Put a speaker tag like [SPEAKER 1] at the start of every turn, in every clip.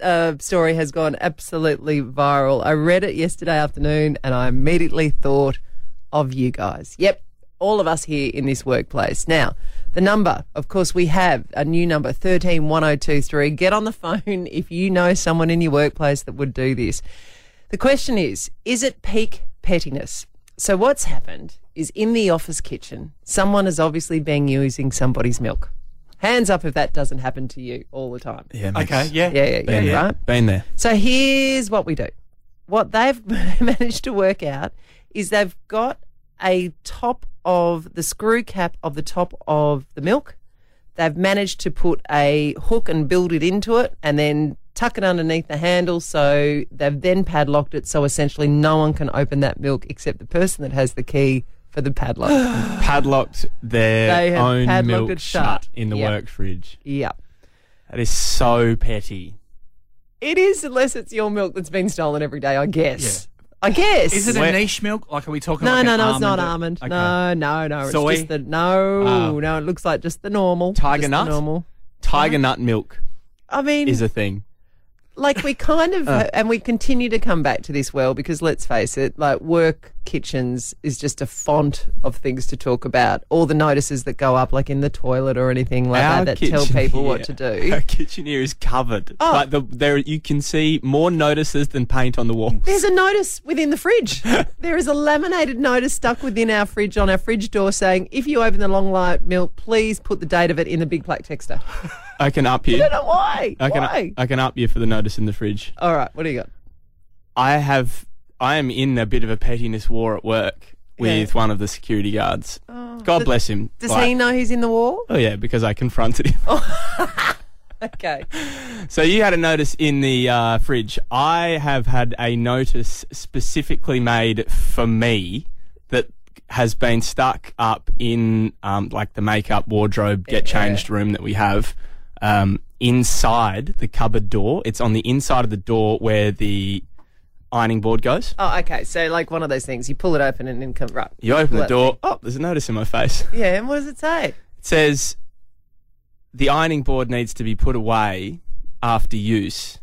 [SPEAKER 1] uh, story has gone absolutely viral. I read it yesterday afternoon and I immediately thought of you guys. Yep, all of us here in this workplace. Now, the number, of course, we have a new number, 131023. Get on the phone if you know someone in your workplace that would do this. The question is, is it peak pettiness? So what's happened is in the office kitchen, someone has obviously been using somebody's milk. Hands up if that doesn't happen to you all the time.
[SPEAKER 2] Yeah. makes-
[SPEAKER 3] Okay, yeah.
[SPEAKER 1] Yeah, yeah, yeah,
[SPEAKER 2] Been there.
[SPEAKER 1] right?
[SPEAKER 2] Been there.
[SPEAKER 1] So here's what we do. What they've managed to work out is they've got a top of the screw cap of the top of the milk. They've managed to put a hook and build it into it and then tuck it underneath the handle. So they've then padlocked it. So essentially, no one can open that milk except the person that has the key for the padlock.
[SPEAKER 2] Padlocked their
[SPEAKER 1] They have
[SPEAKER 2] own
[SPEAKER 1] padlocked
[SPEAKER 2] milk
[SPEAKER 1] it shut.
[SPEAKER 2] in the
[SPEAKER 1] Yeah.
[SPEAKER 2] work fridge.
[SPEAKER 1] yeah.
[SPEAKER 2] That is so petty.
[SPEAKER 1] It is, unless it's your milk that's been stolen every day, I guess. I guess.
[SPEAKER 3] Is it
[SPEAKER 2] Where-
[SPEAKER 3] a niche milk? Like, are we talking?
[SPEAKER 1] No,
[SPEAKER 3] like
[SPEAKER 1] no,
[SPEAKER 3] an
[SPEAKER 1] no, it's not almond.
[SPEAKER 3] almond?
[SPEAKER 1] No, no, no. It's
[SPEAKER 2] Soy?
[SPEAKER 1] just the no,
[SPEAKER 2] Oh.
[SPEAKER 1] no. It looks like just the normal
[SPEAKER 2] Tiger
[SPEAKER 1] just
[SPEAKER 2] nut?
[SPEAKER 1] The normal.
[SPEAKER 2] Tiger nut milk
[SPEAKER 1] I mean,
[SPEAKER 2] is Uh. a thing.
[SPEAKER 1] like we kind of, uh, and we continue to come back to this well because let's face it, like work kitchens is just a font of things to talk about. All the notices that go up, like in the toilet or anything like
[SPEAKER 2] Our
[SPEAKER 1] that, that tell
[SPEAKER 2] kitchen
[SPEAKER 1] people what
[SPEAKER 2] here-
[SPEAKER 1] to do.
[SPEAKER 2] Our kitchen here is covered.
[SPEAKER 1] Oh.
[SPEAKER 2] Like the, there, you can see more notices than paint on the walls.
[SPEAKER 1] There's a notice within the fridge. there is a laminated notice stuck within our fridge on our fridge door saying, if you open the long light milk, please put the date of it in the big black texter.
[SPEAKER 2] I can up you.
[SPEAKER 1] I don't know why.
[SPEAKER 2] I can,
[SPEAKER 1] why?
[SPEAKER 2] I can up you for the notice in the fridge.
[SPEAKER 1] All right, what do you got?
[SPEAKER 2] I have, I am in a bit of a pettiness war at work with one of the security guards. God bless him.
[SPEAKER 1] Oh. Does
[SPEAKER 2] Like-
[SPEAKER 1] he know he's in the war?
[SPEAKER 2] Oh yeah, because I confronted him.
[SPEAKER 1] Okay.
[SPEAKER 2] So you had a notice in the uh, fridge. I have had a notice specifically made for me that has been stuck up in um, like the makeup wardrobe get changed room that we have um, inside the cupboard door. It's on the inside of the door where the ironing board goes.
[SPEAKER 1] Oh, okay. So, like one of those things, you pull it open and then come right.
[SPEAKER 2] You open the
[SPEAKER 1] Let me-
[SPEAKER 2] door. Oh, there's a notice in my face.
[SPEAKER 1] Yeah, and what does it say?
[SPEAKER 2] It says the ironing board needs to be put away after use,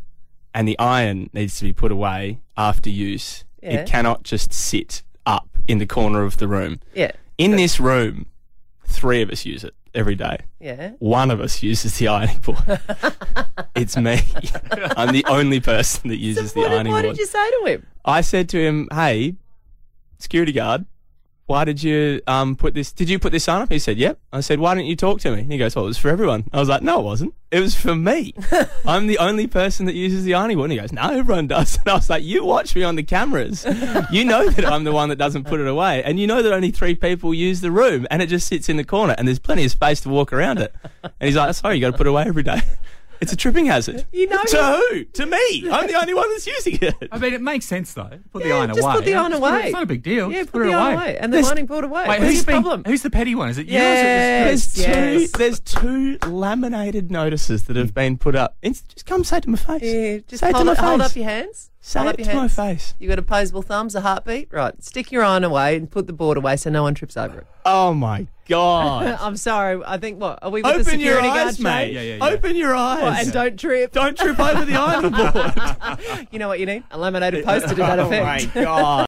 [SPEAKER 2] and the iron needs to be put away after use.
[SPEAKER 1] Yeah.
[SPEAKER 2] It cannot just sit up in the corner of the room.
[SPEAKER 1] Yeah,
[SPEAKER 2] In this room, three of us use it every day.
[SPEAKER 1] yeah.
[SPEAKER 2] One of us uses the ironing board. it's me. I'm the only person that uses the
[SPEAKER 1] what, did-
[SPEAKER 2] ironing
[SPEAKER 1] what
[SPEAKER 2] board.
[SPEAKER 1] did you say to him?
[SPEAKER 2] I said to him, "Hey, security guard, why did you um put this? Did you put this sign up?" He said, "Yep." I said, "Why didn't you talk to me?" And he goes, "Well, it was for everyone." I was like, "No, it wasn't. It was for me. I'm the only person that uses the ironing board." And he goes, "No, everyone does." And I was like, "You watch me on the cameras. You know that I'm the one that doesn't put it away, and you know that only three people use the room, and it just sits in the corner, and there's plenty of space to walk around it." And he's like, "Sorry, you got to put it away every day." It's a tripping hazard.
[SPEAKER 1] You know-
[SPEAKER 2] to who? To me. I'm the only one that's using it.
[SPEAKER 3] I mean, it makes sense though. Put
[SPEAKER 1] Yeah,
[SPEAKER 3] the iron
[SPEAKER 1] just
[SPEAKER 3] away.
[SPEAKER 1] put the iron
[SPEAKER 3] Just put it-
[SPEAKER 1] away.
[SPEAKER 3] It's not a big deal.
[SPEAKER 1] Yeah,
[SPEAKER 3] Just
[SPEAKER 1] put
[SPEAKER 3] it
[SPEAKER 1] the
[SPEAKER 3] away.
[SPEAKER 1] iron away and the
[SPEAKER 2] There's-
[SPEAKER 1] lining board away.
[SPEAKER 3] Wait,
[SPEAKER 1] What's
[SPEAKER 3] who's
[SPEAKER 1] the
[SPEAKER 3] being-
[SPEAKER 1] problem?
[SPEAKER 3] Who's the petty one? Is it you? Or is it
[SPEAKER 1] Yes.
[SPEAKER 2] There's two.
[SPEAKER 1] Yes.
[SPEAKER 2] There's two laminated notices that have been put up. It's, just come say it to my face.
[SPEAKER 1] Yeah, just
[SPEAKER 2] say it to
[SPEAKER 1] hold,
[SPEAKER 2] my
[SPEAKER 1] it- hold
[SPEAKER 2] face.
[SPEAKER 1] up your hands.
[SPEAKER 2] Say
[SPEAKER 1] hold
[SPEAKER 2] it
[SPEAKER 1] up your
[SPEAKER 2] to my
[SPEAKER 1] hands.
[SPEAKER 2] face.
[SPEAKER 1] You got opposable thumbs, a heartbeat, right? Stick your iron away and put the board away so no one trips over it.
[SPEAKER 2] Oh my god!
[SPEAKER 1] I'm sorry. I think what are we with the
[SPEAKER 2] Open your
[SPEAKER 1] security guard,
[SPEAKER 2] eyes,
[SPEAKER 1] Shane?
[SPEAKER 2] mate.
[SPEAKER 3] Yeah, yeah, yeah.
[SPEAKER 2] Open your eyes.
[SPEAKER 1] What, and don't trip.
[SPEAKER 2] don't trip over the ironing board.
[SPEAKER 1] You know what you need? A laminated poster to that
[SPEAKER 2] oh
[SPEAKER 1] effect.
[SPEAKER 2] my god!